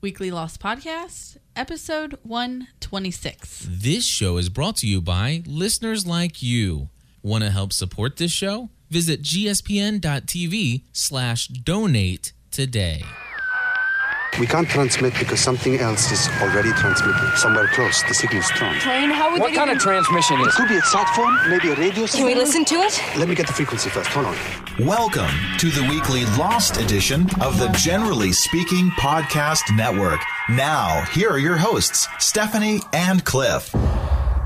Weekly Lost Podcast, episode 126. This show is brought to you by listeners like you. Want to help support this show? Visit gspn.tv slash donate today. We can't transmit because something else is already transmitting. Somewhere close, the signal's strong. Train? How would What they kind even... of transmission It is? could be a sat phone, maybe a radio Can we signal. listen to it? Let me get the frequency first. Hold on. Welcome to the weekly Lost edition of the Generally Speaking Podcast Network. Now, here are your hosts, Stephanie and Cliff.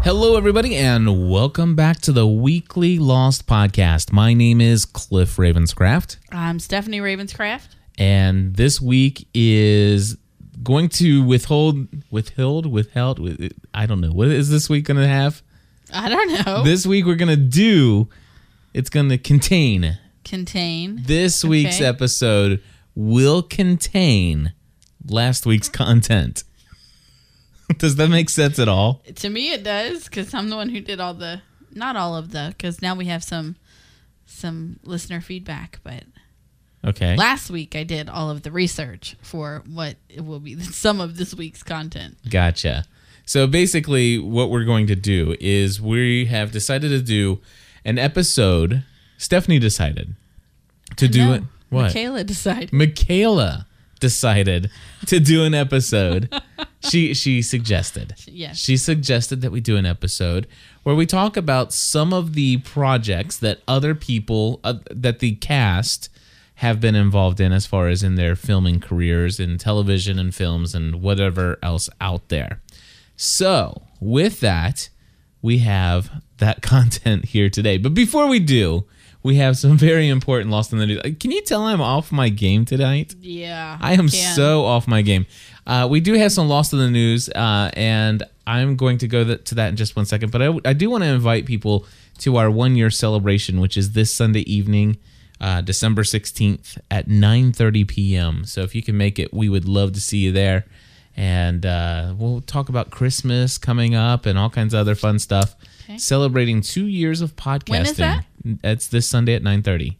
Hello, everybody, and welcome back to the Weekly Lost Podcast. My name is Cliff Ravenscraft, I'm Stephanie Ravenscraft. and this week is going to withhold, withheld, withheld, with, I don't know. What is this week going to have? I don't know. This week we're going to do, it's going to contain. Contain. This week's Okay. episode will contain last week's content. Does that make sense at all? to me, it does because I'm the one who did all the, not all of the, because now we have some, some listener feedback. But Okay. last week I did all of the research for what it will be some of this week's content. Gotcha. So basically, what we're going to do is we have decided to do an episode. Stephanie decided to do No, it. What? Michaela decided. Michaela decided to do an episode. she she suggested. Yes. She suggested that we do an episode where we talk about some of the projects that other people uh, that the cast have been involved in as far as in their filming careers in television and films and whatever else out there. So, with that, we have that content here today. But before we do, we have some very important lost in the news. Uh, Can you tell I'm off my game tonight? Yeah. I am can. so off my game. Uh, we do have some lost in the news, uh, and I'm going to go th- to that in just one second. But I, w- I do want to invite people to our one year celebration, which is this Sunday evening, uh, December 16th at 9:30 p.m. So if you can make it, we would love to see you there. And uh, we'll talk about Christmas coming up and all kinds of other fun stuff. Celebrating two years of podcasting. is that? It's this Sunday at 9:30.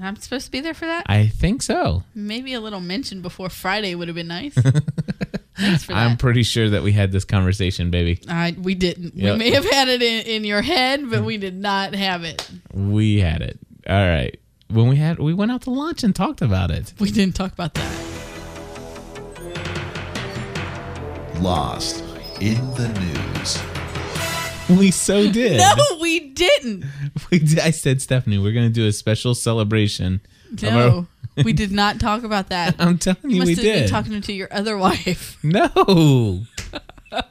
I'm supposed to be there for that. I think so. Maybe a little mention before Friday would have been nice. Thanks for I'm that. pretty sure that we had this conversation, baby. I, we didn't. Yep. We may have had it in, in your head, but we did not have it. We had it. All right. When we had we went out to lunch and talked about it. We didn't talk about that. Lost in the news. We so did. No, we didn't. We did. I said Stephanie, we're going to do a special celebration. of No, we did not talk about that. our- I'm telling you Must we have been did. talking to your other wife. no. All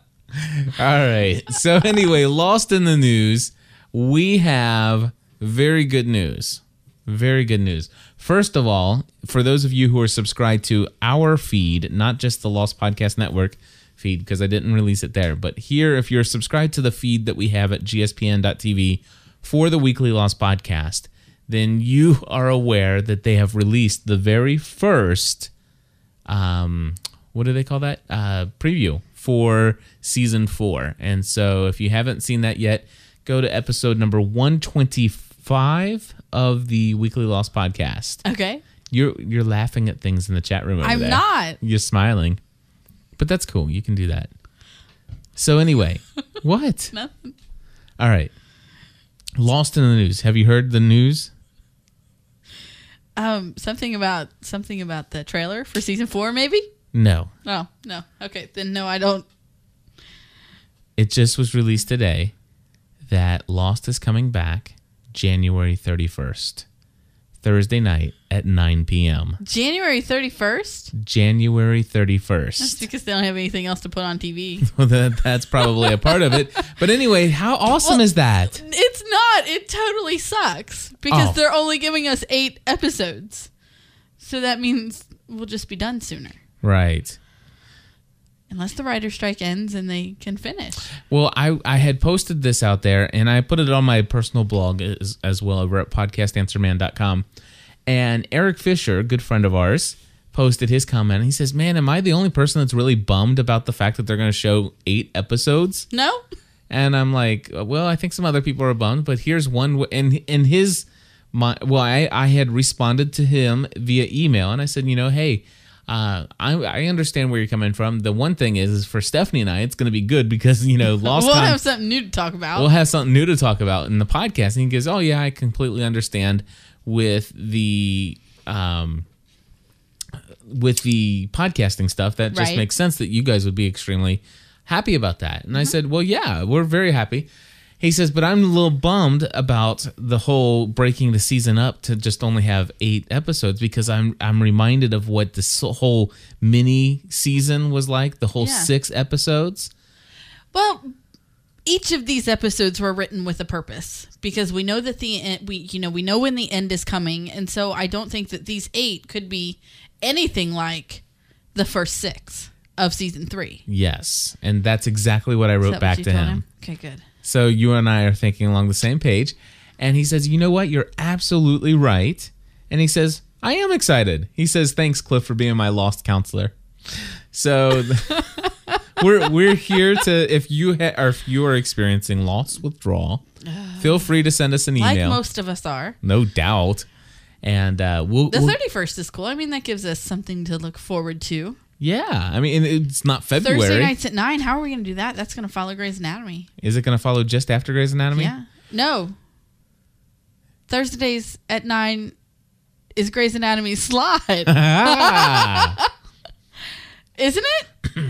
right. So anyway, lost in the news, we have very good news. Very good news. First of all, for those of you who are subscribed to our feed, not just the Lost Podcast Network feed, because I didn't release it there, but here, if you're subscribed to the feed that we have at gspn.tv for the Weekly Lost Podcast, then you are aware that they have released the very first, um, what do they call that? Uh, preview for season four. And so if you haven't seen that yet, go to episode number 125 of the Weekly Lost Podcast. Okay. You're you're laughing at things in the chat room. Over I'm there. not. You're smiling, but that's cool. You can do that. So anyway, what? Nothing. All right. Lost in the news. Have you heard the news? Um, something about something about the trailer for season four, maybe. No. Oh no. Okay, then no, I don't. It just was released today that Lost is coming back January 31st, Thursday night at 9 p.m. January thirty first. January That's 31st. because they don't have anything else to put on TV. Well, that, that's probably a part of it. But anyway, how awesome is that? It's not. It totally sucks because Oh. they're only giving us eight episodes. So that means we'll just be done sooner. Right. Unless the writer strike ends and they can finish. Well, I, I had posted this out there and I put it on my personal blog as, as well over at podcastanswerman.com. And Eric Fisher, a good friend of ours, posted his comment. He says, Man, am I the only person that's really bummed about the fact that they're going to show eight episodes? No? And I'm like, Well, I think some other people are bummed, but here's one. W-. And in his, my, well, I, I had responded to him via email and I said, You know, hey, Uh, I, I understand where you're coming from. The one thing is, is for Stephanie and I, it's going to be good because you know lost we'll time. have something new to talk about. we'll have something new to talk about in the podcast. And he goes, "Oh yeah, I completely understand with the um with the podcasting stuff. That just Right. makes sense that you guys would be extremely happy about that." And I Mm-hmm. said, "Well, yeah, we're very happy." He says, "But I'm a little bummed about the whole breaking the season up to just only have 8 episodes because I'm I'm reminded of what this whole mini season was like, the whole Yeah. 6 episodes." Well, each of these episodes were written with a purpose because we know that the end, we you know we know when the end is coming, and so I don't think that these eight could be anything like the first six of season three. Yes, and that's exactly what I Is wrote that what back you to told him. Okay, good. So you and I are thinking along the same page, and he says, "You know what? You're absolutely right." And he says, "I am excited." He says, "Thanks, Cliff, for being my lost counselor." So we're we're here to if you ha- or if you are experiencing loss withdrawal, feel free to send us an Like email. most of us are. no doubt. And uh, we'll, The we'll- thirty first is cool. I mean, that gives us something to look forward to. yeah, I mean it's not February. Thursday nights at nine. How are we going to do that? That's going to follow Grey's Anatomy. Is it going to follow just after Grey's Anatomy? yeah. No. Thursdays at nine is Grey's Anatomy slot, isn't it? Ah.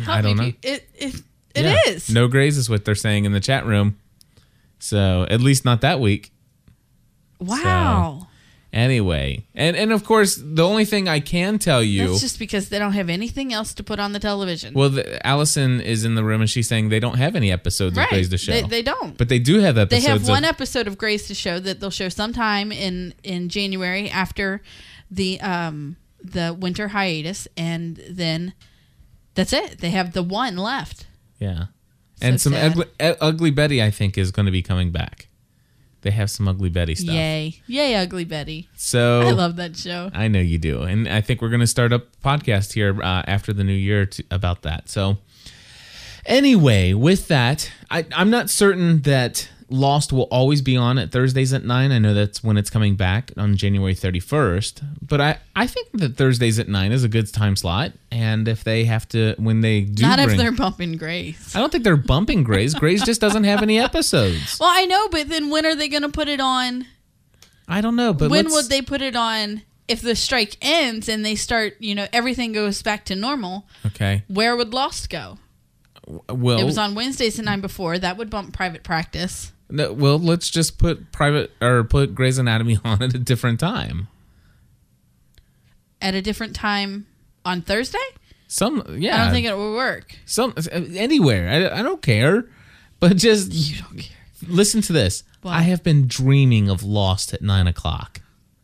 I don't know. It it, it Yeah. is. No grays is what they're saying in the chat room. So at least not that week. Wow. Anyway, and and of course the only thing I can tell you. That's just because they don't have anything else to put on the television. well, the, Allison is in the room and she's saying they don't have any episodes right. of Grays the Show, They, they don't. but they do have they episodes. have one of, episode of Grace to show that they'll show sometime in in January after the um the winter hiatus, and then that's it. They have the one left. yeah, and So some sad. ugly, uh, ugly Betty I think is going to be coming back. They have some ugly Betty stuff. Oh. Yay, yay, Ugly Betty! So I love that show. I know you do, and I think we're going to start a podcast here uh, after the new year to, about that. So, anyway, with that, I, I'm not certain that Lost will always be on at Thursdays at nine. I know that's when it's coming back on January 31st, but I I think that Thursdays at nine is a good time slot. And if they have to, when they do, Not if bring- they're bumping Grace. I don't think they're bumping Grays. Grays just doesn't have any episodes. Well, I know, but then when are they going to put it on? I don't know, but when let's- would they put it on? If the strike ends and they start, you know, everything goes back to normal, Okay, where would Lost go? well, It was on Wednesdays and nine before. That would bump private practice. No, well, let's just put private or put Grey's Anatomy on at a different time. at a different time on Thursday? Some, yeah, I don't think it will work. some anywhere. I, I don't care, but just you don't care. Listen to this. What? I have been dreaming of Lost at nine o'clock.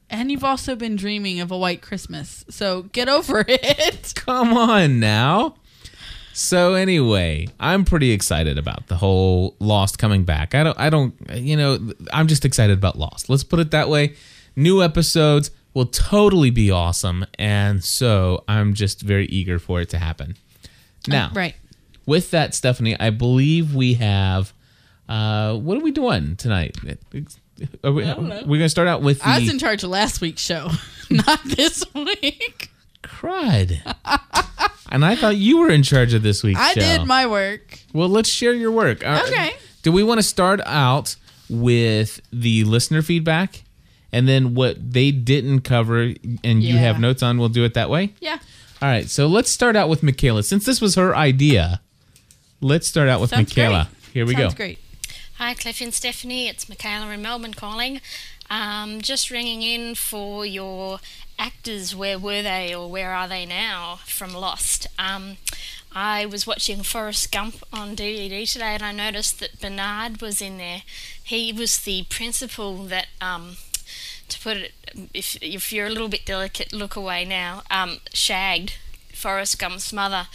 And you've also been dreaming of a white Christmas, so get over it. Come on now. So anyway, I'm pretty excited about the whole Lost coming back. I don't, I don't, you know, I'm just excited about Lost. Let's put it that way. New episodes will totally be awesome, and so I'm just very eager for it to happen. Now, Oh, right. with that, Stephanie, I believe we have. Uh, what are we doing tonight? Are we, We're gonna start out with the I was in charge of last week's show, not this week. crud, and I thought you were in charge of this week's I show. did my work. Well, let's share your work. Uh, Okay. Do we want to start out with the listener feedback and then what they didn't cover and you Yeah. have notes on? We'll do it that way. Yeah. All right. So let's start out with Michaela. Since this was her idea, let's start out with Sounds Michaela. great. Here we Sounds go. Mm-hmm. great. Hi, Cliff and Stephanie. It's Michaela in Melbourne calling. Um, just ringing in for your actors. Where were they, or where are they now from Lost? Um, I was watching Forrest Gump on DVD today, and I noticed that Bernard was in there. He was the principal that. Um, to put it, if, if you're a little bit delicate, look away now. Um, shagged Forrest Gump's mother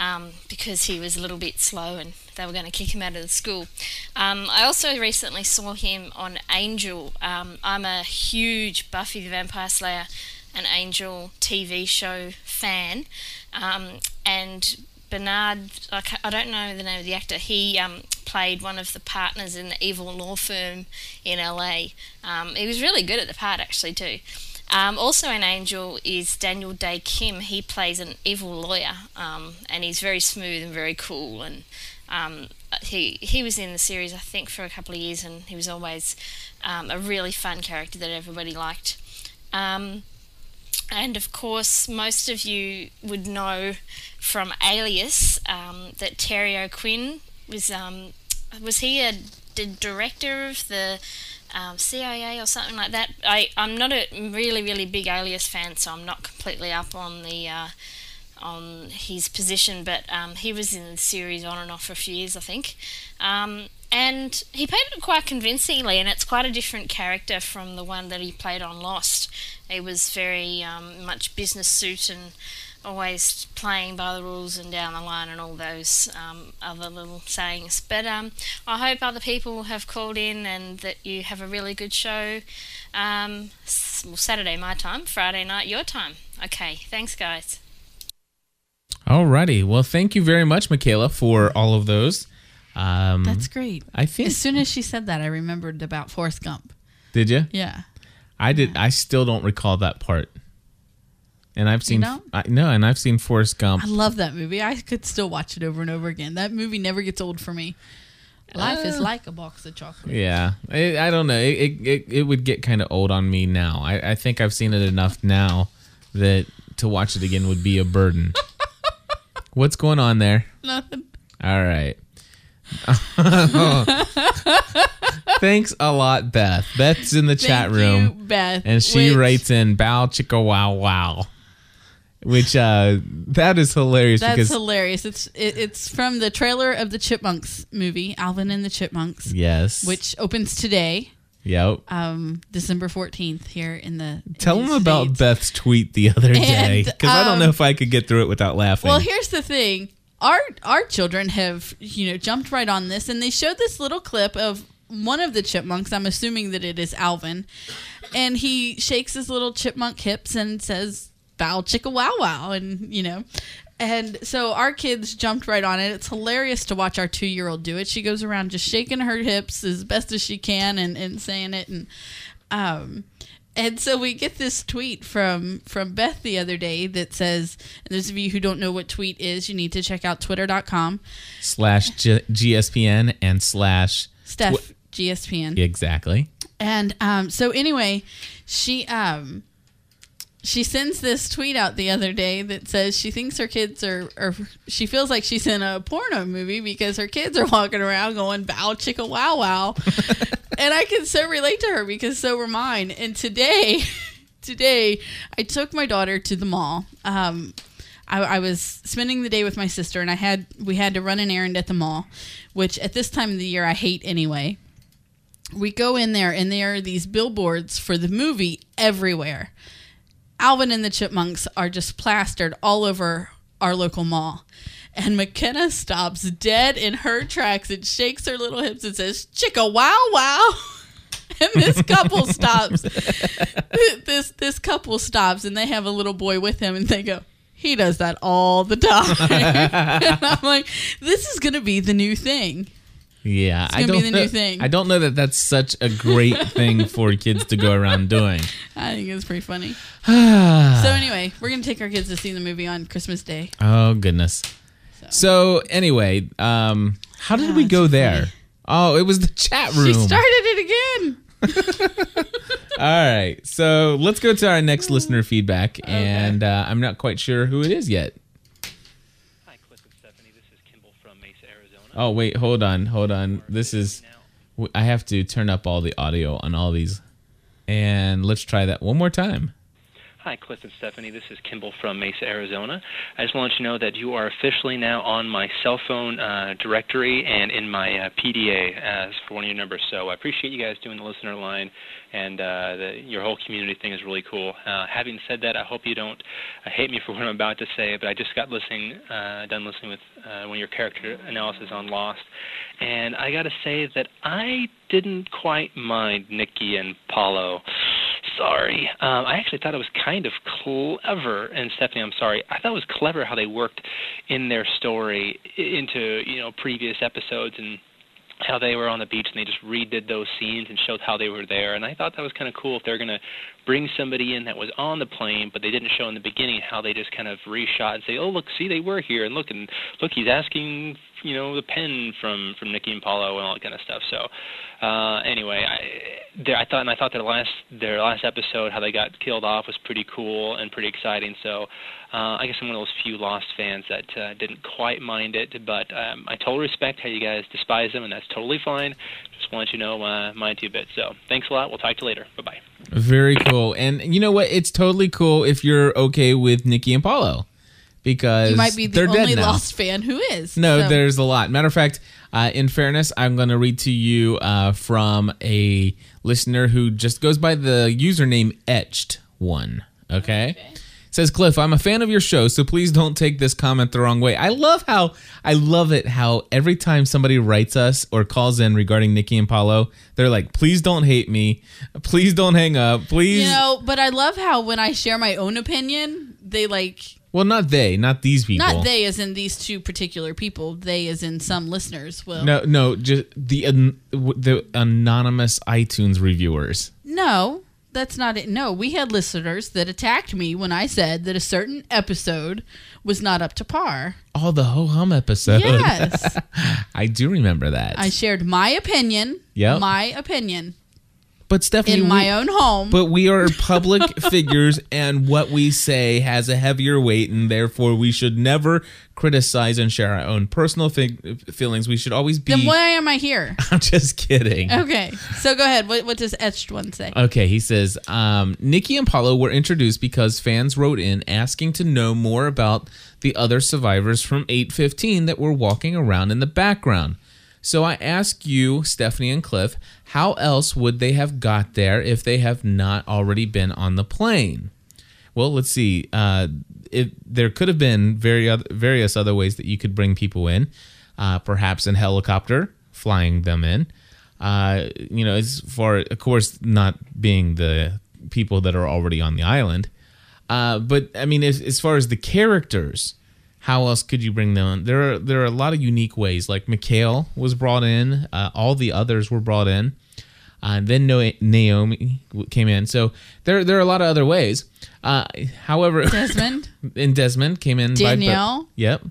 um, because he was a little bit slow and they were going to kick him out of the school. Um, I also recently saw him on Angel. Um, I'm a huge Buffy the Vampire Slayer and Angel TV show fan. Um, and Bernard, I, ca- I don't know the name of the actor. He um, played one of the partners in the evil law firm in LA. Um, he was really good at the part, actually, too. Um, also, an angel is Daniel Day Kim. He plays an evil lawyer, um, and he's very smooth and very cool. And um, he he was in the series, I think, for a couple of years, and he was always um, a really fun character that everybody liked. Um, and of course, most of you would know from Alias um, that Terry O'Quinn was um, was he a d- director of the um, CIA or something like that? I I'm not a really really big Alias fan, so I'm not completely up on the. Uh, on his position, but um, he was in the series on and off for a few years, I think. Um, and he played it quite convincingly, and it's quite a different character from the one that he played on Lost. He was very um, much business suit and always playing by the rules and down the line and all those um, other little sayings. But um, I hope other people have called in and that you have a really good show. Um, s- well, Saturday my time, Friday night your time. Okay, thanks, guys. Alrighty. Well, thank you very much, Michaela, for all of those. Um, That's great. I think- as soon as she said that, I remembered about Forrest Gump. did you? Yeah. I did. I still don't recall that part. And I've seen don't? I, no, and I've seen Forrest Gump. I love that movie. I could still watch it over and over again. That movie never gets old for me. Life is Uh, like a box of chocolate. Yeah, I I don't know. It it, it, it would get kind of old on me now. I, I think I've seen it enough now that to watch it again would be a burden. What's going on there? Nothing. All right. Thanks a lot, Beth. Beth's in the chat Thank room. you, Beth. and she which- writes in bow chicka wow wow which uh that is hilarious That's because hilarious. It's it, it's from the trailer of the Chipmunks movie, Alvin and the Chipmunks, yes which opens today, yep um, December fourteenth, here in the. in tell the them about States. beth's tweet the other And, day because i don't um, know if i could get through it without laughing Well, here's the thing. Our our children have, you know, jumped right on this and they showed this little clip of one of the chipmunks, I'm assuming that it is Alvin, and he shakes his little chipmunk hips and says, Bow chicka wow wow and you know. And so our kids jumped right on it. It's hilarious to watch our two year old do it. She goes around just shaking her hips as best as she can and, and saying it and um, and so we get this tweet from from Beth the other day that says, and those of you who don't know what tweet is, you need to check out twitter.com slash G- gspn and slash Steph GSPN. exactly And um, so anyway, she um, she sends this tweet out the other day that says she thinks her kids are, are she feels like she's in a porno movie because her kids are walking around going bow chicka wow wow, and I can so relate to her because so were mine. And today, today I took my daughter to the mall. Um, I, I was spending the day with my sister, and I had we had to run an errand at the mall, which at this time of the year I hate anyway we go in there and there are these billboards for the movie everywhere. Alvin and the Chipmunks are just plastered all over our local mall. And McKenna stops dead in her tracks and shakes her little hips and says, Chicka wow wow. And this couple stops. this this couple stops and they have a little boy with him and they go, He does that all the time. and I'm like, this is gonna be the new thing. yeah i gonna don't be the know, new thing. i don't know that that's such a great thing for kids to go around doing I think it's pretty funny. so anyway, we're gonna take our kids to see the movie on Christmas Day. Oh goodness. So, anyway, um, how did we it's go funny. there? Oh, it was the chat room. She started it again. All right, so let's go to our next listener feedback, and uh, I'm not quite sure who it is yet. Hi, Cliff and Stephanie. This is Kimball from Mesa, Arizona. Oh wait, hold on, hold on. This is Now, w- I have to turn up all the audio on all these, and let's try that one more time. hi, Cliff and Stephanie. This is Kimball from Mesa, Arizona. I just wanted to know that you are officially now on my cell phone uh, directory and in my uh, PDA as for one of your numbers. So I appreciate you guys doing the listener line, and uh, the, your whole community thing is really cool. Uh, having said that, I hope you don't uh, hate me for what I'm about to say, but I just got listening, uh, done listening with uh, one of your character analysis on Lost, and I got to say that I didn't quite mind Nikki and Paulo. Sorry. Um, I actually thought it was kind of clever, and Stephanie, I'm sorry. I thought it was clever how they worked in their story i- into you know previous episodes and how they were on the beach and they just redid those scenes and showed how they were there and i thought that was kind of cool if they're going to bring somebody in that was on the plane but they didn't show in the beginning how they just kind of reshot and say oh look see they were here and look and look he's asking you know the pen from from nicky and paulo and all that kind of stuff so uh anyway i there i thought and i thought their last their last episode how they got killed off was pretty cool and pretty exciting so uh, I guess I'm one of those few Lost fans that uh, didn't quite mind it, but um, I totally respect how you guys despise them, and that's totally fine. Just want you to know uh, my two bits. So thanks a lot. We'll talk to you later. Bye bye. Very cool. And you know what? It's totally cool if you're okay with Nikki and Paulo because You might be the they're dead only now. Lost fan who is. No, so- there's a lot. Matter of fact, uh, in fairness, I'm going to read to you uh, from a listener who just goes by the username etched one. Okay. Says Cliff, I'm a fan of your show, so please don't take this comment the wrong way. I love how I love it how every time somebody writes us or calls in regarding Nikki and Paulo, they're like, please don't hate me, please don't hang up, please. You know, but I love how when I share my own opinion, they like well, not they, not these people. not they as in these two particular people, they as in some listeners will. No, no, just the an- w- the anonymous iTunes reviewers. No, that's not it. No, we had listeners that attacked me when I said that a certain episode was not up to par. Oh, the ho hum episode. Yes. I do remember that. I shared my opinion. Yep. My opinion but Stephanie, in we- my own home. But we are public figures, and what we say has a heavier weight, and therefore we should never criticize and share our own personal fig- feelings. We should always be. then why am I here? I'm just kidding. Okay. So go ahead. What, what does etched one say? Okay, he says um, Nikki and Paulo were introduced because fans wrote in asking to know more about the other survivors from 815 that were walking around in the background. So I ask you, Stephanie and Cliff, how else would they have got there if they have not already been on the plane? Well, let's see. Uh, it, there could have been very oth- various other ways that you could bring people in, uh, perhaps in helicopter, flying them in. Uh, you know, as far, of course, not being the people that are already on the island. Uh, but I mean, as, as far as the characters, how else could you bring them? In? There are there are a lot of unique ways. Like Mikhail was brought in. Uh, all the others were brought in. Uh, then no- Naomi w- came in. So there there are a lot of other ways. Uh, however, Desmond? and Desmond came in. by- Danielle? yep.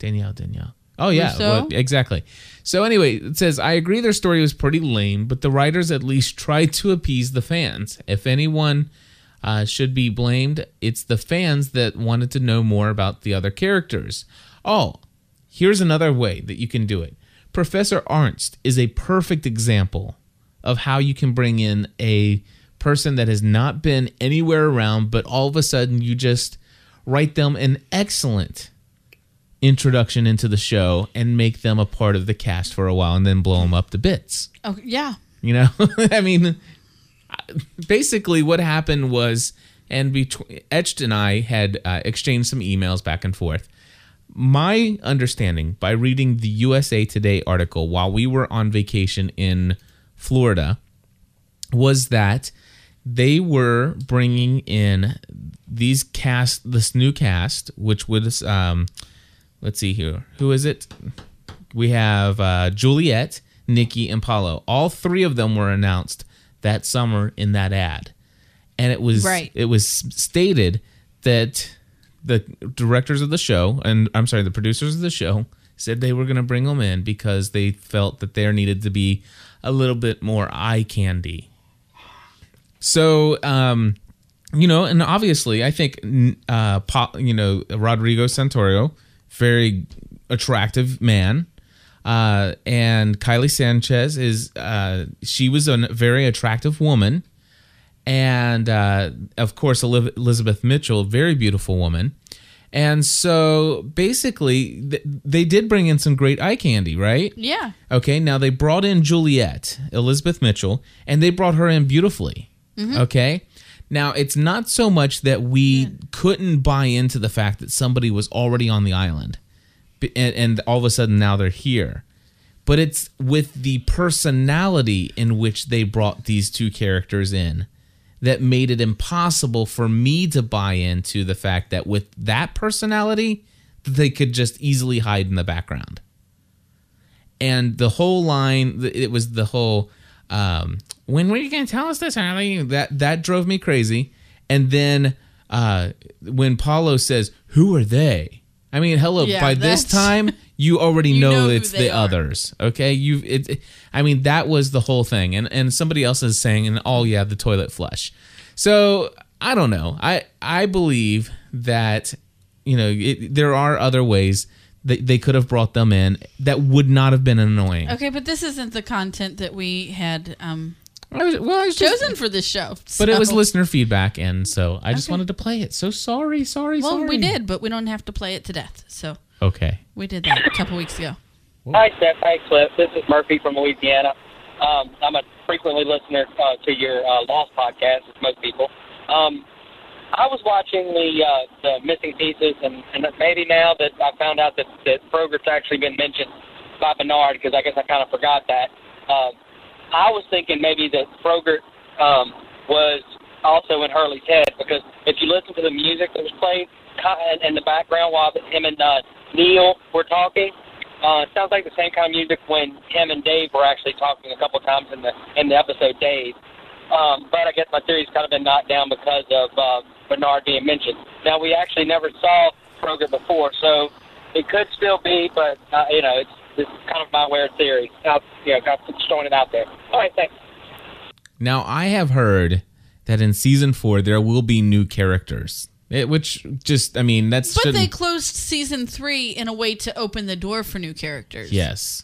Danielle, Danielle. Oh yeah, Rousseau? well, exactly. So anyway, it says I agree their story was pretty lame, but the writers at least tried to appease the fans. If anyone uh, should be blamed, it's the fans that wanted to know more about the other characters. Oh, here's another way that you can do it. Professor Arnst is a perfect example of how you can bring in a person that has not been anywhere around, but all of a sudden you just write them an excellent introduction into the show and make them a part of the cast for a while and then blow them up to bits. Oh, yeah. You know, I mean, I- basically what happened was, and between Etched and I had uh, exchanged some emails back and forth. My understanding by reading the USA Today article while we were on vacation in Florida was that they were bringing in these cast, this new cast, which was, um, let's see here, who is it? We have uh, Juliet, Nikki, and Paulo. All three of them were announced that summer in that ad, and it was Right. it was stated that the directors of the show and I'm sorry, the producers of the show said they were going to bring them in because they felt that there needed to be a little bit more eye candy. So, um, you know, and obviously, I think n- uh, Pa- you know Rodrigo Santorio, very attractive man, uh, and Kylie Sanchez is uh, she was a n- very attractive woman, and uh, of course Eliv- Elizabeth Mitchell, very beautiful woman. And so basically, th- they did bring in some great eye candy, right? Yeah. Okay, now they brought in Juliet, Elizabeth Mitchell, and they brought her in beautifully. Okay. Now, it's not so much that we couldn't buy into the fact that somebody was already on the island b- and, and all of a sudden now they're here, but it's with the personality in which they brought these two characters in that made it impossible for me to buy into the fact that with that personality, that they could just easily hide in the background and the whole line th- it was the whole um when were you gonna tell us this Harley? that that drove me crazy and then uh when paulo says who are they i mean hello Yeah, by that's- this time you already You know, know who it's they the are. others okay you it, it- i mean that was the whole thing and and somebody else is saying and oh yeah the toilet flush so i don't know i i believe that you know it, there are other ways that they could have brought them in that would not have been annoying Okay, but this isn't the content that we had um, I was, well I was just- chosen for this show. but it was so- listener feedback and so i just Okay. wanted to play it so sorry sorry Well, sorry we did, but we don't have to play it to death. So okay we did that a couple weeks ago. Hi, Steph. Hi, Cliff. This is Murphy from Louisiana. Um, I'm a frequently listener uh, to your uh, Lost podcast, as most people. Um, I was watching the uh, the missing pieces, and, and maybe now that I found out that that Frogert's actually been mentioned by Bernard, because I guess I kind of forgot that. Um, I was thinking maybe that Frogert um, was also in Hurley's head, because if you listen to the music that was played ki- in- in the background while him and uh, Neil were talking, uh, it sounds like the same kind of music when him and Dave were actually talking a couple times in the in the episode Dave. Um, but I guess my theory's kind of been knocked down because of uh, Bernard being mentioned. Now we actually never saw Kroger before, so it could still be. But uh, you know, it's, it's kind of my weird theory. Uh, you know, got just throwing it out there. All right, thanks. Now I have heard that in season four there will be new characters, It- which just I mean that's But they shouldn't- closed season three in a way to open the door for new characters. yes.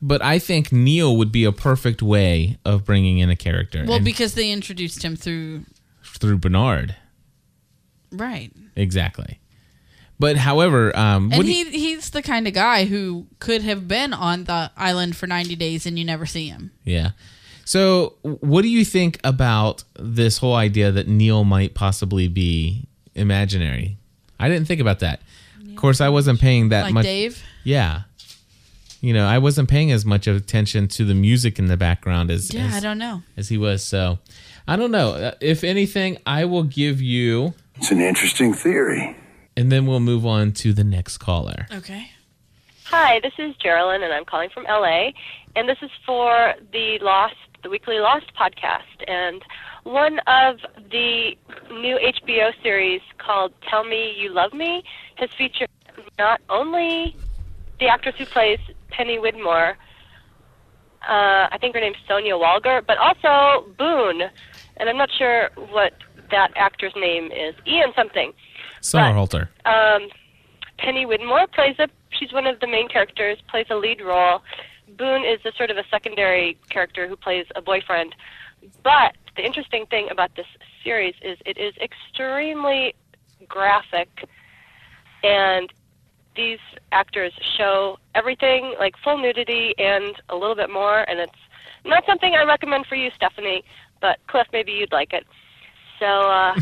But I think Neo would be a perfect way of bringing in a character Well, and because they introduced him through through Bernard right, exactly. But however, um, and would he he's the kind of guy who could have been on the island for ninety days and you never see him. yeah. So what do you think about this whole idea that Neo might possibly be imaginary? I didn't think about that. Of course, I wasn't paying that Like much. Dave, Yeah. You know, I wasn't paying as much attention to the music in the background as yeah, as, I don't know. as he was. So, I don't know. Uh, If anything, I will give you, It's an interesting theory. and then we'll move on to the next caller. Okay, Hi, this is Geraldine, and I'm calling from LA, and this is for the Lost, the Weekly Lost podcast, and one of the new HBO series called "Tell Me You Love Me" has featured not only the actress who plays Penny Widmore, uh, I think her name's Sonia Walger, but also Boone, and I'm not sure what that actor's name is, Ian something Summer Right. Halter. um, Penny Widmore plays a she's one of the main characters, plays a lead role. Boone is a sort of a secondary character who plays a boyfriend. But the interesting thing about this series is it is extremely graphic and these actors show everything like full nudity and a little bit more and it's not something I recommend for you, Stephanie, but Cliff maybe you'd like it. So uh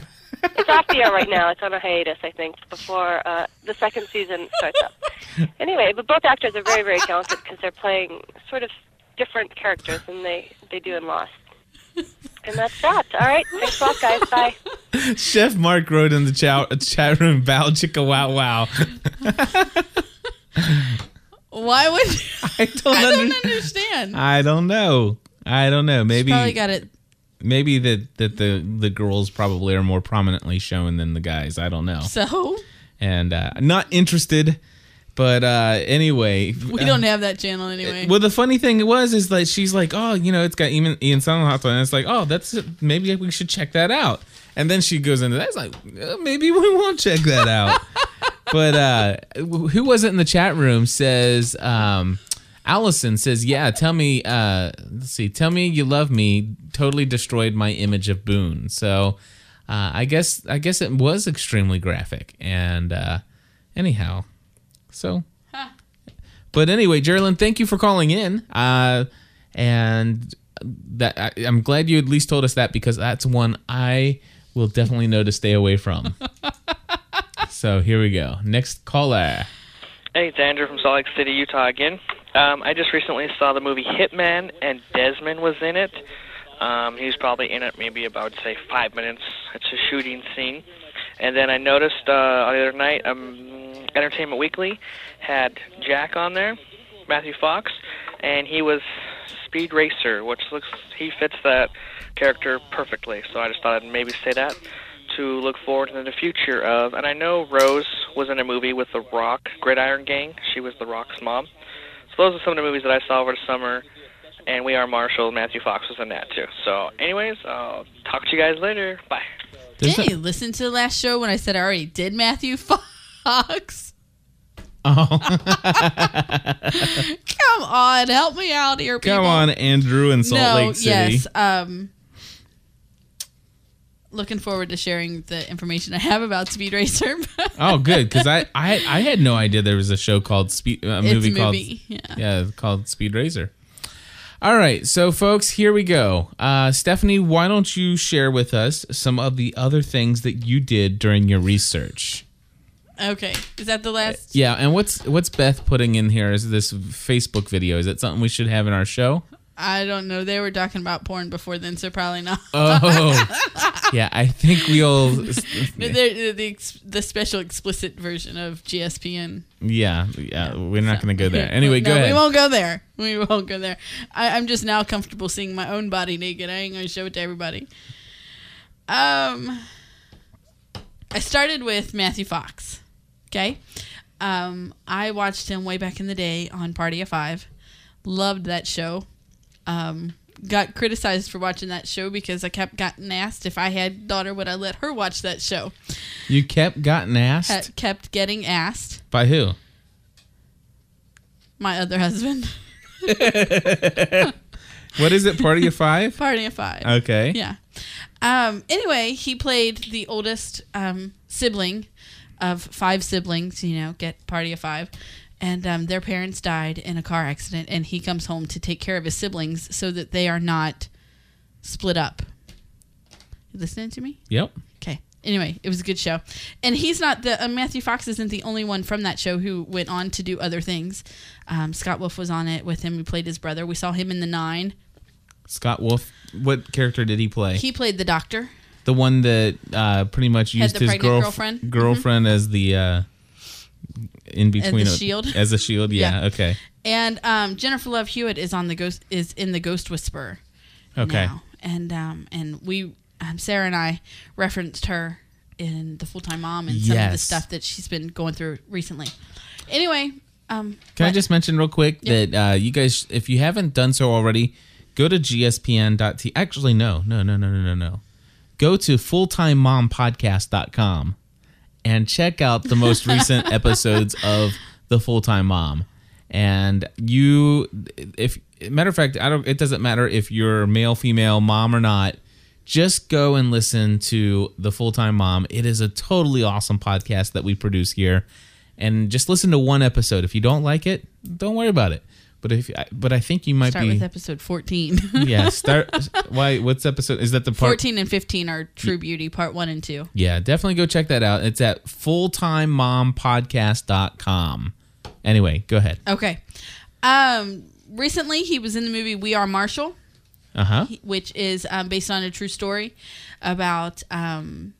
it's off the air right now. It's on a hiatus, I think, before uh, the second season starts up. Anyway, but both actors are very, very talented because they're playing sort of different characters than they, they do in Lost. And that's that. All right. Thanks a lot, guys. Bye. Chef Mark wrote in the chat, chat room, "Bow chicka wow wow." why would I don't, I don't under- understand? I don't know. I don't know. Maybe Probably got it. maybe that that the the girls probably are more prominently shown than the guys. I don't know. So And uh, not interested. But uh, anyway, we don't have that channel anyway. Well, the funny thing was is like she's like, oh, you know, it's got Ian, Ian Somerhalder, and it's like, oh, that's maybe we should check that out. And then she goes into that, it's like, uh, maybe we won't check that out. but uh, wh- who was it in the chat room says, um, Allison says, yeah, tell me, uh, let's see, tell me you love me. Totally destroyed my image of Boone. So uh, I guess I guess it was extremely graphic. And uh, anyhow, so but anyway, Geraldine, thank you for calling in. Uh, and that I, I'm glad you at least told us that because that's one I will definitely know to stay away from. so here we go. Next caller. Hey, it's Andrew from Salt Lake City, Utah again. Um, I just recently saw the movie Hitman, and Desmond was in it. Um, he was probably in it maybe about, say, five minutes. It's a shooting scene. And then I noticed uh, the other night um, Entertainment Weekly had Jack on there, Matthew Fox, and he was Speed Racer, which looks he fits that character perfectly. So I just thought I'd maybe say that to look forward to the future of. And I know Rose was in a movie with The Rock, Gridiron Gang. She was The Rock's mom. So those are some of the movies that I saw over the summer. And We Are Marshall, Matthew Fox was in that too. So, anyways, I'll talk to you guys later. Bye. There's Didn't you listen to the last show when I said I already did Matthew Fox? Oh. Come on, help me out here. People. Come on, Andrew in Salt no, Lake City. yes. Um, looking forward to sharing the information I have about Speed Racer. Oh, good, because I, I I had no idea there was a show called Speed, a It's a movie, called movie, yeah. called Speed Racer. All right, so folks, here we go. Uh, Stephanie, why don't you share with us some of the other things that you did during your research? okay, is Eh. that the last? Yeah, and what's what's Beth putting in here? Is this Facebook video? Is that something we should have in our show? I don't know. They were talking about porn before then, so probably not. Oh, yeah, I think we'll. They're- they're the, ex- the special explicit version of GSPN. Yeah, yeah, we're not going to go there. Yeah, Anyway, no, go ahead. We won't go there. We won't go there. I, I'm just now comfortable seeing my own body naked. I ain't gonna show it to everybody. Um, I started with Matthew Fox. Okay, um, I watched him way back in the day on Party of Five. Loved that show. Um, got criticized for watching that show because I kept getting asked if I had daughter would I let her watch that show. You kept gotten asked Had- kept getting asked. by who? My other husband. What is it? Party of five? Party of Five. Okay. Yeah. Um, anyway, he played the oldest um, sibling of five siblings, you know, get party of five. And um, their parents died in a car accident, and he comes home to take care of his siblings so that they are not split up. You listening to me? Yep. Okay. Anyway, it was a good show. And he's not the uh, Matthew Fox isn't the only one from that show who went on to do other things. Um, Scott Wolf was on it with him. He played his brother. We saw him in The Nine. Scott Wolf. What character did he play? He played the doctor. the one that uh, pretty much used the his pregnant girlf- girlfriend? Mm-hmm. girlfriend as the uh, in between of- shield? As a shield. Yeah. Yeah. Okay. And um, Jennifer Love Hewitt is on the ghost is in the Ghost Whisperer. Okay. now. And um, and we um, Sarah and I referenced her in the full time mom and some of the Yes. stuff that she's been going through recently. Anyway, um, Can I what- just mention real quick Yeah. that uh, you guys, if you haven't done so already, go to gspn.t. Actually, no, no, no, no, no, no, no. Go to fulltimemompodcast.com and check out the most recent episodes of the Full Time Mom. And you, if matter of fact, I don't. It doesn't matter if you're male, female, mom or not. Just go and listen to the Full Time Mom. It is a totally awesome podcast that we produce here. And just listen to one episode. If you don't like it, don't worry about it. But if but I think you might start be with episode fourteen. yeah start why what's episode is that the part Fourteen and fifteen are True Beauty Part One and Two. yeah, definitely go check that out. It's at fulltimemompodcast.com. Anyway, go ahead. Okay. Um, recently, he was in the movie We Are Marshall. Uh huh. which is um, based on a true story about um,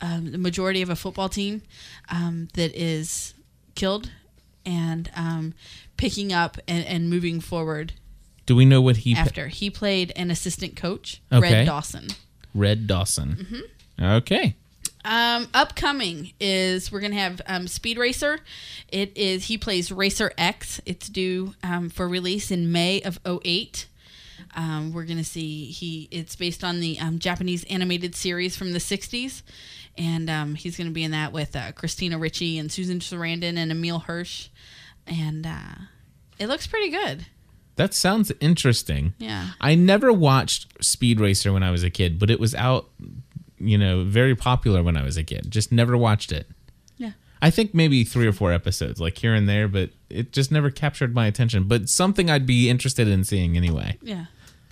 um, the majority of a football team um, that is killed and um, picking up and, and moving forward Do we know what he after. He played an assistant coach, Okay. Red Dawson. Red Dawson? Mm-hmm. Okay. Um, upcoming is we're gonna have um, Speed Racer. It is he plays Racer X. It's due um, for release in May of 08. Um, we're gonna see he. It's based on the um, Japanese animated series from the 60s, and um, he's gonna be in that with uh, Christina Ricci and Susan Sarandon and Emil Hirsch, and uh, it looks pretty good. That sounds interesting. Yeah. I never watched Speed Racer when I was a kid, but it was out, you know, very popular when I was a kid. Just never watched it. Yeah. I think maybe three or four episodes, like here and there, but it just never captured my attention. But something I'd be interested in seeing anyway. Yeah.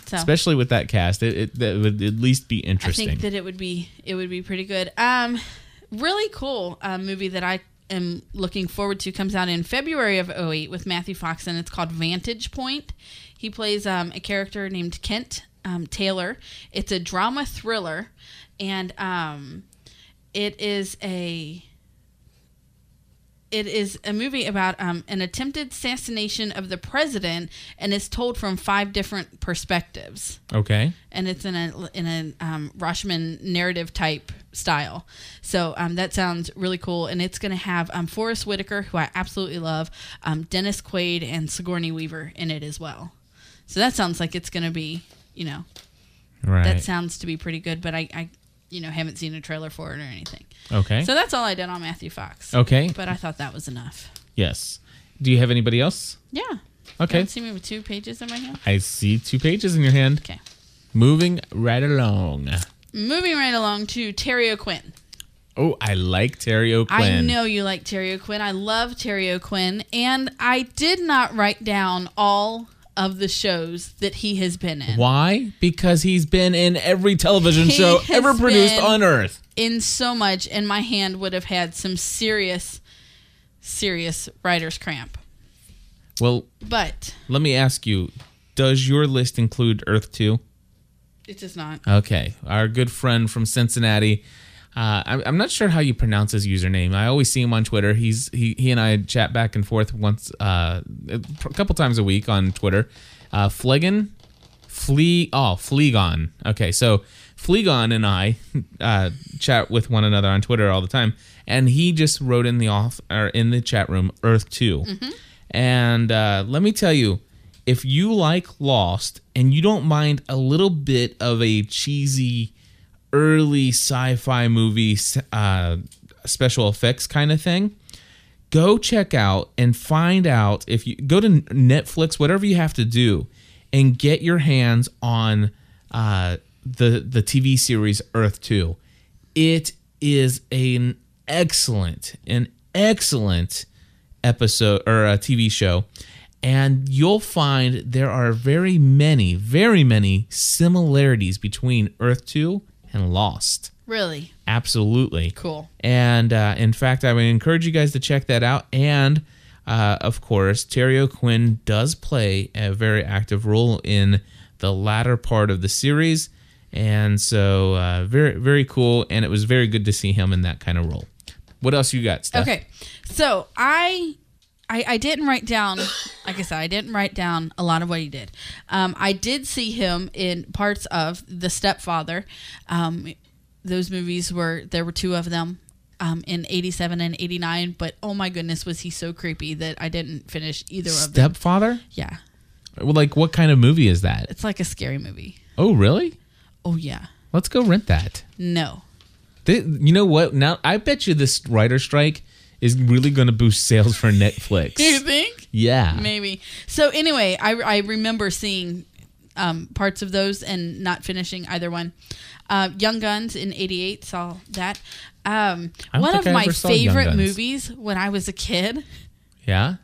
So. Especially with that cast, it, it that would at least be I interesting. think that it would be it would be pretty good. Um, really cool uh, movie that I am looking forward to comes out in February of 08 with Matthew Fox and it's called Vantage Point. He plays um, a character named Kent um, Taylor. It's a drama thriller, and um, it is a it is a movie about um, an attempted assassination of the president, and it's told from five different perspectives Okay. and it's in a in a um, Rashomon narrative type style. So um, that sounds really cool, and it's going to have um, Forrest Whitaker, who I absolutely love, um, Dennis Quaid, and Sigourney Weaver in it as well. So that sounds like it's going to be, you know, Right. that sounds to be pretty good. But I, I, you know, haven't seen a trailer for it or anything. okay. So that's all I did on Matthew Fox. Okay. but I thought that was enough. yes. Do you have anybody else? Yeah. Okay. You don't see me with two pages in my hand. I see two pages in your hand. Okay. Moving right along. Moving right along to Terry O'Quinn. Oh, I like Terry O'Quinn. I know you like Terry O'Quinn. I love Terry O'Quinn. And I did not write down all of the shows that he has been in. Why? Because he's been in every television He show has ever produced been- on Earth. In so much, and my hand would have had some serious, serious writer's cramp. Well, But let me ask you Does your list include Earth 2? it does not. Okay. Our good friend from Cincinnati. Uh, I'm, I'm not sure how you pronounce his username. I always see him on Twitter. He's he, he and I chat back and forth once uh, a pr- couple times a week on Twitter. Uh, Flegan, Flee oh Flegon. Okay, so Flegon and I uh, chat with one another on Twitter all the time, and he just wrote in the off or in the chat room Earth 2 and uh, let me tell you, if you like Lost and you don't mind a little bit of a cheesy early sci-fi movie uh, special effects kind of thing, go check out and find out if you go to Netflix, whatever you have to do, and get your hands on uh, the the TV series Earth Two. It is an excellent, an excellent episode or a TV show, and you'll find there are very many, very many similarities between Earth Two and Lost. Really? Absolutely Cool. and uh, in fact, I would encourage you guys to check that out. And uh, of course, Terry O'Quinn does play a very active role in the latter part of the series, and so uh, very very cool. And it was very good to see him in that kind of role. What else you got, Steph? Okay. So I, I I didn't write down like I said, I didn't write down a lot of what he did. Um, I did see him in parts of The Stepfather. Um, those movies were there were two of them. Um, in 87 and 89 but oh my goodness was he so creepy that i didn't finish either of them Stepfather? yeah Well, like what kind of movie is that? it's like a scary movie Oh, really? oh yeah Let's go rent that. no Th- you know what? Now I bet you this writer strike is really going to boost sales for do you Netflix. think yeah. maybe so anyway i, I remember seeing um, parts of those and not finishing either one uh, young guns in 88 saw that um, I don't one think of I my ever saw Young favorite Guns. movies when i was a kid Yeah.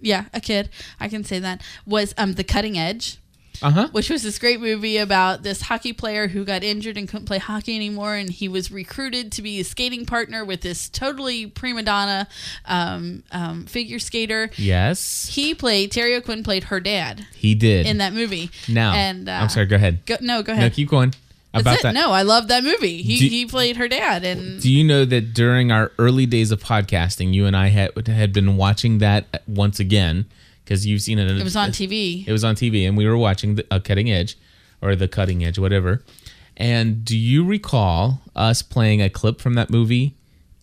yeah a kid i can say that was um, the cutting edge Uh huh. which was this great movie about this hockey player who got injured and couldn't play hockey anymore, and he was recruited to be a skating partner with this totally prima donna um, um, figure skater. Yes, He played Terry O'Quinn played her dad he did. in that movie. now, and uh, I'm sorry. Go ahead. Go, no, go No, ahead. keep going. That's About it. that. No, I love that movie. He Do- he played her dad, and Do you know that during our early days of podcasting, you and I had had been watching that once again because you've seen it. it was on TV. It was on TV, and we were watching the uh, Cutting Edge, or the Cutting Edge, whatever. And do you recall us playing a clip from that movie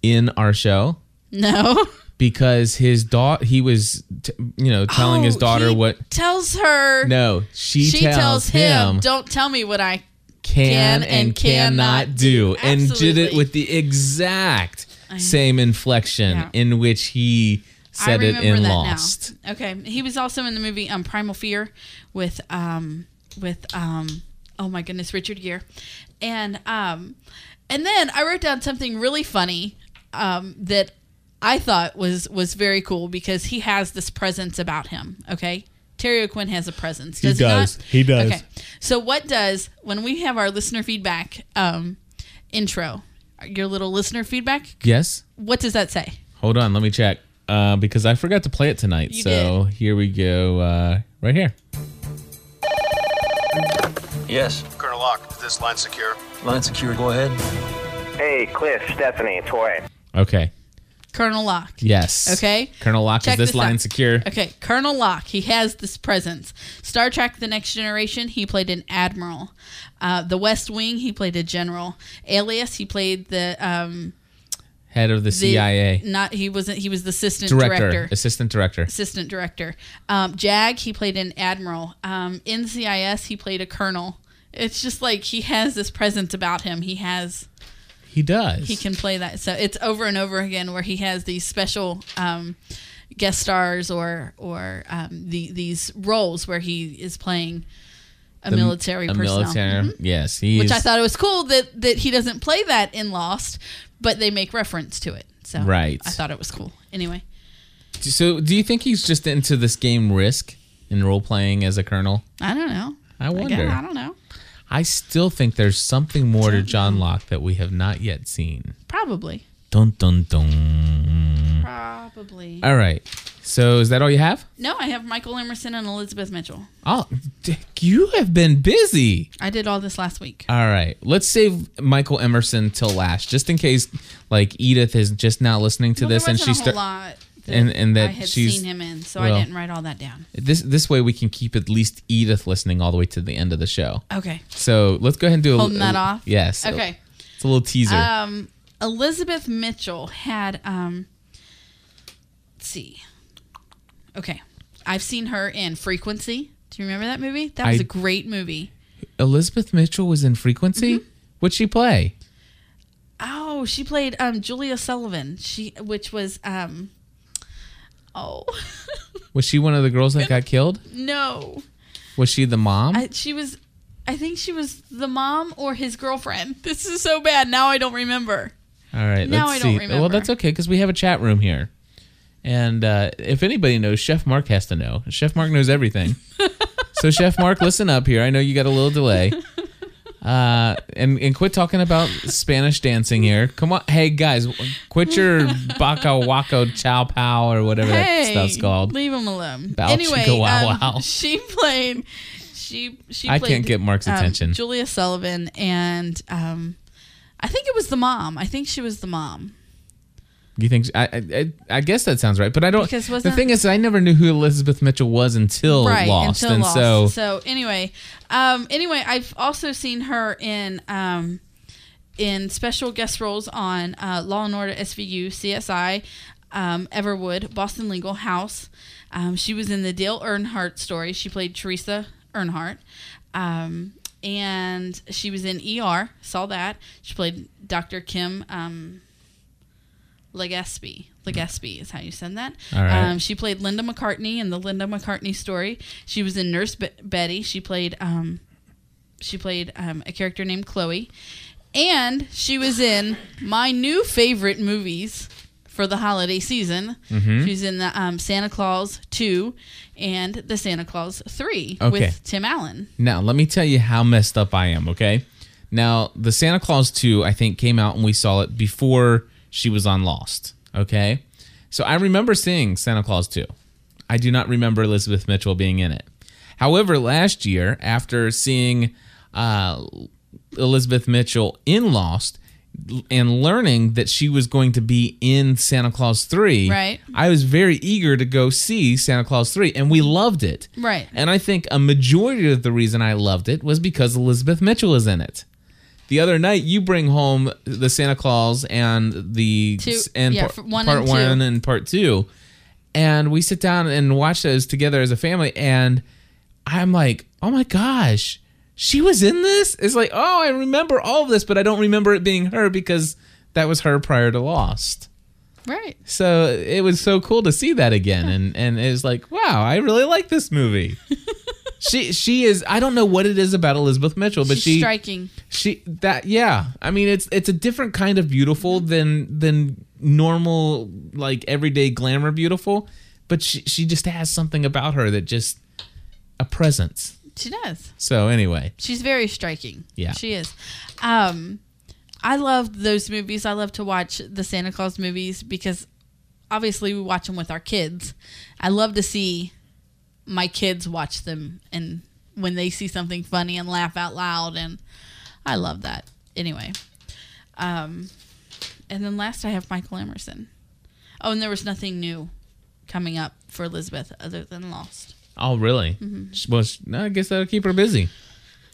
in our show? no, Because his daughter, he was, t- you know, telling his Oh, daughter he what. tells her. No, she, she tells, him, him "Don't tell me what I." can, Can and, and cannot cannot do, do. and did it Absolutely. with the exact same inflection Yeah. in which he said I it remember in that Lost. now. Okay, he was also in the movie um, Primal Fear with um with um oh my goodness Richard Gere, and um and then I wrote down something really funny um that I thought was was very cool because he has this presence about him. Okay. Terry O'Quinn has a presence. Does he, does. not? He does. Okay. So what does when we have our listener feedback um, intro, your little listener feedback? Yes. What does that say? Hold on, let me check uh, because I forgot to play it tonight. You so here we go, uh, right here. Yes. Colonel Locke, this line secure. Line secure. Go ahead. Hey, Cliff, Stephanie, Toy. Okay. Colonel Locke. Yes. Okay. Colonel Locke, Check is this, this line out. secure? Okay, Colonel Locke, he has this presence. Star Trek The Next Generation, he played an admiral. Uh, the West Wing, he played a general. Alias, he played the um Head of the, the- CIA. Not he wasn't he was the assistant Director, director. assistant director. Assistant director. Um, Jag, he played an admiral. Um, NCIS, he played a colonel. It's just like he has this presence about him. He has He does. he can play that. So it's over and over again where he has these special um, guest stars or or um, the, these roles where he is playing a The- military a personnel. military. Yes, he Mm-hmm. Which is. I thought it was cool that that he doesn't play that in Lost, but they make reference to it. So Right. I thought it was cool. Anyway, so, do you think he's just into this game Risk and role playing as a colonel? I don't know. I wonder. Again, I don't know. I still think there's something more to John Locke that we have not yet seen. Probably. Dun dun dun. Probably. All right. So is that all you have? No, I have Michael Emerson and Elizabeth Mitchell. Oh, Dick, you have been busy. I did all this last week. All right. Let's save Michael Emerson till last, just in case like Edith is just now listening to Well, this there and wasn't she a whole starts. lot that and- and that I had she's- seen him in, so I well. didn't write all that down. This this way we can keep at least Edith listening all the way to the end of the show. Okay, So let's go ahead and do holding a, that a- off. Yes. Okay. It's a little teaser. Um, Elizabeth Mitchell had um. Let's see. Okay, I've seen her in Frequency. Do you remember that movie? That was I- a great movie. Elizabeth Mitchell was in Frequency. Mm-hmm. What'd she play? Oh, she played um Julia Sullivan. She which was um. Oh Was she one of the girls that got killed? no. Was she the mom? I, she was, I think she was the mom or his girlfriend. This is so bad. Now I don't remember. All right, No, I let's don't see. Well, remember. that's okay because we have a chat room here, and uh, if anybody knows, Chef Mark has to know. Chef Mark knows everything. so, Chef Mark, listen up here. I know you got a little delay, uh, and and quit talking about Spanish dancing here. Come on, hey guys, quit your baka wako chow pow or whatever that stuff's called. Leave him alone. Bow anyway, chicka wow um, wow. she played. She she. I played, can't get Mark's um, attention. Julia Sullivan and um, I think it was the mom. I think she was the mom. You think I, I- I? I guess that sounds right, but I don't. Because the wasn't- thing is, I never knew who Elizabeth Mitchell was until right Oh, Lost, until and lost. so anyway, um, anyway, I've also seen her in um, in special guest roles on uh, Law and Order SVU, CSI, um, Everwood, Boston Legal, House. Um, she was in the Dale Earnhardt story. She played Teresa Earnhardt. Um, and she was in ER. Saw that. She played Dr. Kim um, Legaspi. Legaspi is how you said that. All right. Um, she played Linda McCartney in the Linda McCartney story. She was in Nurse Be- Betty. She played um, she played um, a character named Chloe, and she was in my new favorite movies for the holiday season. Mm-hmm. She's in the um, Santa Claus Two and the Santa Claus Three Okay. with Tim Allen. Now, let me tell you how messed up I am, okay? Now, the Santa Claus 2, I think, came out and we saw it before she was on Lost, okay? So I remember seeing Santa Claus 2. I do not remember Elizabeth Mitchell being in it. However, last year, after seeing uh, Elizabeth Mitchell in Lost and learning that she was going to be in Santa Claus 3, Right. I was very eager to go see Santa Claus 3, and we loved it. Right. And I think a majority of the reason I loved it was because Elizabeth Mitchell is in it. The other night, you bring home the Santa Claus and the Two- and yeah, par- f- one part and two. one and part two, and we sit down and watch those together as a family. And I'm like, oh my gosh, she was in this. It's like, oh, I remember all of this, but I don't remember it being her because that was her prior to Lost. Right. So it was so cool to see that again, and and it was like, wow, I really like this movie. she she is I don't know what it is about Elizabeth Mitchell, but She's she striking. she that yeah. I mean it's it's a different kind of beautiful than than normal like everyday glamour beautiful, but she she just has something about her that just a presence. She does. So anyway, She's very striking. Yeah. She is. Um I love those movies. I love to watch the Santa Claus movies because obviously we watch them with our kids. I love to see my kids watch them and when they see something funny and laugh out loud and I love that. Anyway. Um and then last I have Michael Emerson. Oh, and there was nothing new coming up for Elizabeth other than Lost. Oh, really? Mhm. Well, sh- no, I guess that'll keep her busy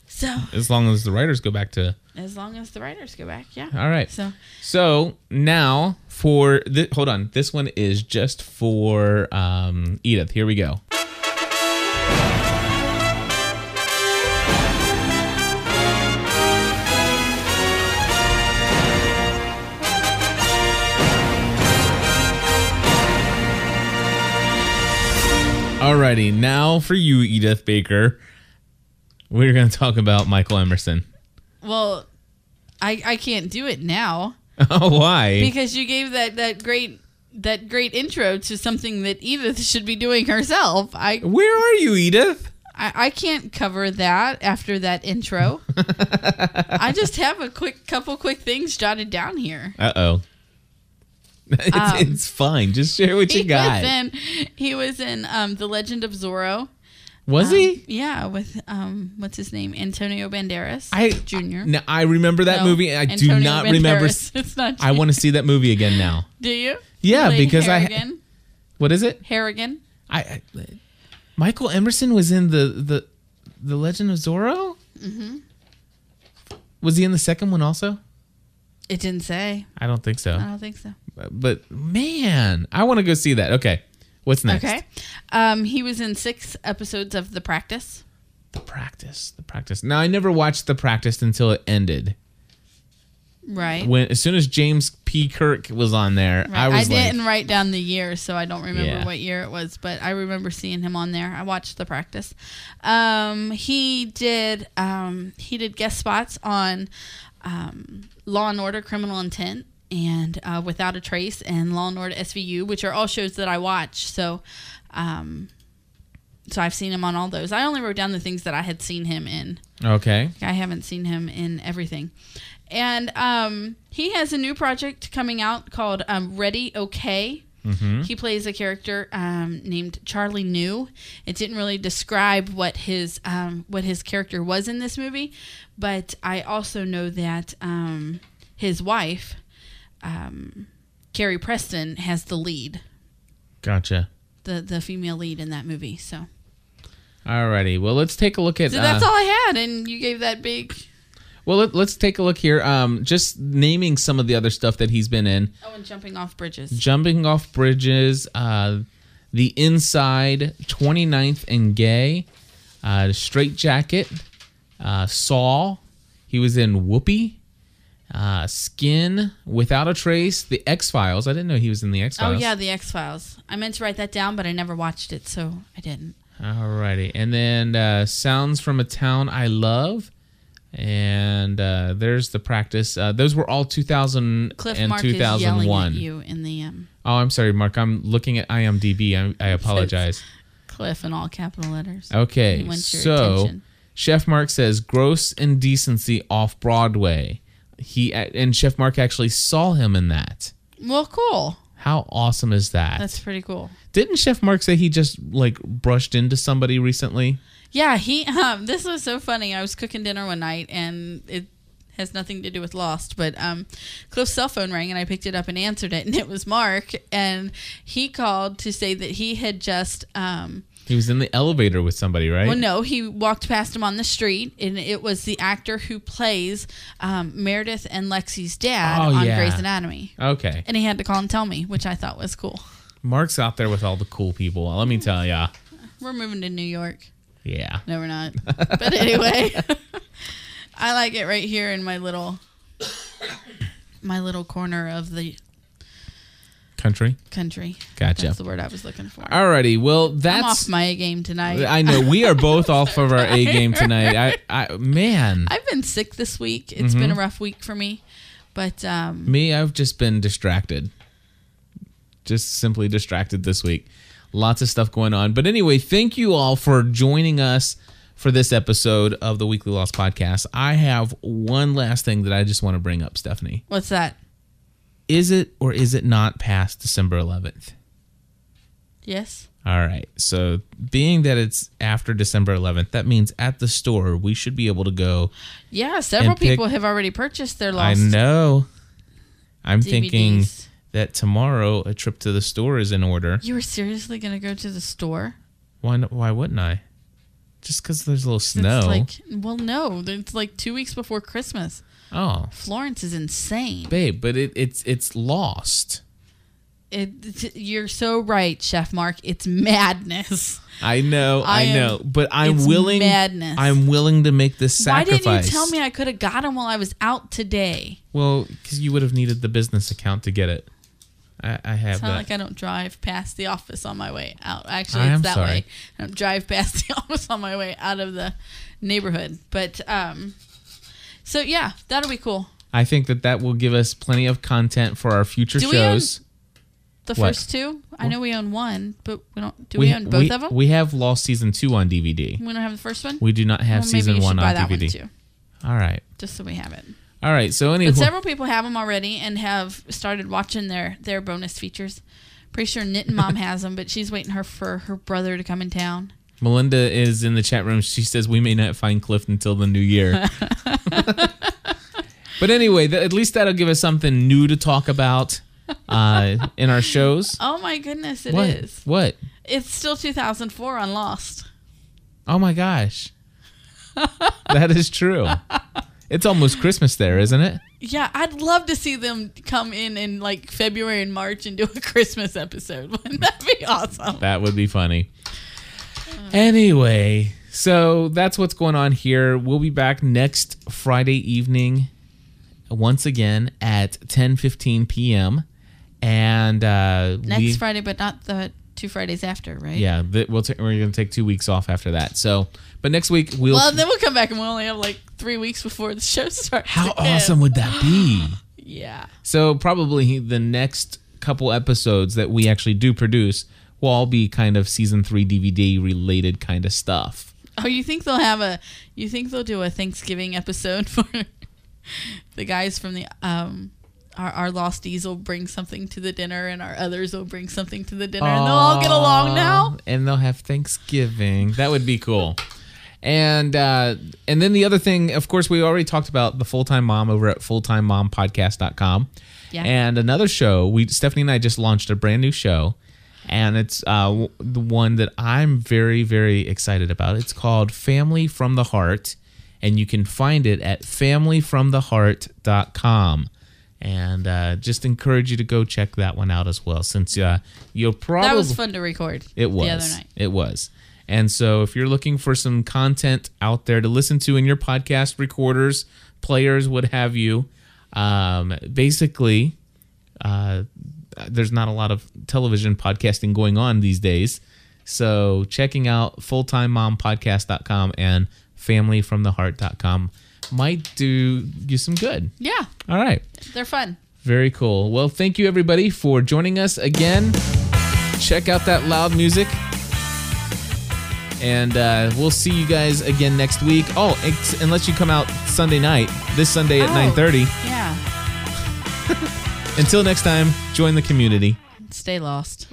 So as long as the writers go back to. as long as the writers go back, yeah. All right. So So now for the hold on, this one is just for um, Edith. Here we go. Alrighty, now for you, Edith Baker. We're going to talk about Michael Emerson. well, I I can't do it now Oh, why? because you gave that that great that great intro to something that Edith should be doing herself. I Where are you, Edith? I, I can't cover that after that intro. I just have a quick couple quick things jotted down here. Uh oh. It's, it's fine. Just share what you Um, he got. was in he was in um, the Legend of Zorro. Was Um, he? Yeah, with um, what's his name, Antonio Banderas I Junior. No, I remember that No, movie. I Antonio do not remember. Banderas. It's not I want to see that movie again now. Do you? Yeah, Played because I- Harrigan. What is it? Harrigan. I, I Michael Emerson was in the the the Legend of Zorro. Mm-hmm. Was he in the second one also? It didn't say. I don't think so. I don't think so. But man, I want to go see that. Okay, what's next? Okay. Um, he was in six episodes of The Practice. The practice. The practice. Now I never watched the practice until it ended. Right. When as soon as James P. Kirk was on there, Right. I was like, didn't write down the year, so I don't remember Yeah. what year it was, but I remember seeing him on there. I watched the practice. Um, he did um, he did guest spots on um, Law and Order: Criminal Intent and uh, Without a Trace and Law and Order SVU, which are all shows that I watch. So, um, so I've seen him on all those. I only wrote down the things that I had seen him in. Okay. I haven't seen him in everything. And um, he has a new project coming out called um, Ready Okay. Mm-hmm. He plays a character um, named Charlie New. It didn't really describe what his um, what his character was in this movie, but I also know that um, his wife, um, Carrie Preston, has the lead, Gotcha. the the female lead in that movie. So, Alrighty. Well, let's take a look at. so that's uh, all I had, and you gave that big. Well, let, let's take a look here. Um, just naming some of the other stuff that he's been in: Oh, and jumping off bridges. jumping off bridges, uh, the inside, 29th and gay, uh, straight jacket, uh, saw. He was in Whoopi. Uh, skin without a trace. The X Files. I didn't know he was in the X Oh Files. yeah, the X Files. I meant to write that down, but I never watched it, so I didn't. Alrighty, and then uh, sounds from a town I love, and uh, there's the practice. Uh, those were all 2000 Cliff and Mark is yelling at 2001. you in the um, Oh, I'm sorry, Mark. I'm looking at IMDb. I, I apologize. Cliff in all capital letters. He Okay, wants your so attention. Chef Mark says gross indecency off Broadway. He and Chef Mark actually saw him in that. well, cool. How awesome is that? That's pretty cool. Didn't Chef Mark say he just like brushed into somebody recently? Yeah, he. Um, this was so funny. I was cooking dinner one night, and it has nothing to do with Lost, but um, Cliff's cell phone rang, and I picked it up and answered it, and it was Mark, and he called to say that he had just um, He was in the elevator with somebody, right? Well, no, he walked past him on the street, and it was the actor who plays um, Meredith and Lexi's dad Oh, on yeah. Grey's Anatomy. Okay. And he had to call and tell me, which I thought was cool. Mark's out there with all the cool people. Let me tell ya. We're moving to New York. Yeah. No, we're not. But anyway, I like it right here in my little my little corner of the Country. country. Gotcha. That's the word I was looking for. Alrighty. Well, I'm off that's. my A game tonight. I know we are both off of our A game tonight. I, I man, I've been sick this week. It's Mm-hmm. been a rough week for me, but um, me, I've just been distracted. Just simply distracted this week. Lots of stuff going on. But anyway, thank you all for joining us for this episode of the Weekly Lost Podcast. I have one last thing that I just want to bring up, Stephanie. what's that? Is it or is it not past December 11th? Yes. All right. So, being that it's after December 11th, that means at the store we should be able to go. Yeah, several pick- people have already purchased their lost I know. I'm DVDs. thinking that tomorrow a trip to the store is in order. You were seriously going to go to the store? Why? n- Why wouldn't I? Just because there's a little snow. It's like, well, no. It's like two weeks before Christmas. oh, Florence is insane. babe, but it, it's it's lost. It, it's- you're so right, Chef Mark. It's madness. I know, I, I am- know, but I'm it's willing. madness. I'm willing to make this sacrifice. Why didn't you tell me I could have got him while I was out today? Well, because you would have needed the business account to get it. I, I have It's not that. like I don't drive past the office on my way out. Actually, I it's am that sorry. way. I don't drive past the office on my way out of the neighborhood. But um, so yeah, that'll be cool. I think that that will give us plenty of content for our future Do we own- shows. The What? first two, I know we own one, but we don't. Do we, own both of them? We, We have Lost Season 2 on DVD. don't have the first one. We do not have well, maybe Season you should 1 buy on that DVD. one too, All right. just so we have it. All right. So, anyway, But several people have them already and have started watching their their bonus features. Pretty sure Knitting Mom has them, but she's waiting her for her brother to come in town. Melinda is in the chat room. She says we may not find Cliff until the new year. but anyway, th- at least that'll give us something new to talk about uh, in our shows. Oh my goodness, it is. what? What? It's still 2004 on Lost. Oh my gosh. that is true. It's almost Christmas there, isn't it? Yeah, I'd love to see them come in in like February and March and do a Christmas episode. Wouldn't that be awesome? That would be funny. Anyway, so that's what's going on here. We'll be back next Friday evening once again at 10:15 p.m. and uh Next we- Friday, but not the two Fridays after, right? Yeah, th- we'll ta- we're going to take 2 weeks off after that. So, but next week we'll Well, then we'll come back and we'll only have like three weeks before the show starts. How again. awesome would that be? Yeah. So probably the next couple episodes that we actually do produce will all be kind of season 3 DVD related kind of stuff. Oh, you think they'll have a? You think they'll do a Thanksgiving episode for the guys from the um. Our, our losties will bring something to the dinner, and our others will bring something to the dinner, and they'll all get along now. Um, and they'll have Thanksgiving. That would be cool. And uh, and then the other thing, of course, we already talked about the full time mom over at fulltimemompodcast.com. Yeah. And another show, we Stephanie and I just launched a brand new show, and it's uh, w- the one that I'm very very excited about. It's called Family from the Heart, and you can find it at familyfromtheheart.com. And uh, just encourage you to go check that one out as well, since uh, you'll probably That was fun to record. it was. the other night. It was. And so if you're looking for some content out there to listen to in your podcast recorders, players, what have you, um, basically, uh, there's not a lot of television podcasting going on these days. So checking out fulltimemompodcast.com and familyfromtheheart.com might do you some good. Yeah, All right. they're fun. Very cool. Well, thank you everybody for joining us again. Check out that loud music. And uh, we'll see you guys again next week. Oh, ex- unless you come out Sunday night, this Sunday at Oh. 9:30. Yeah, Until next time, join the community. stay lost.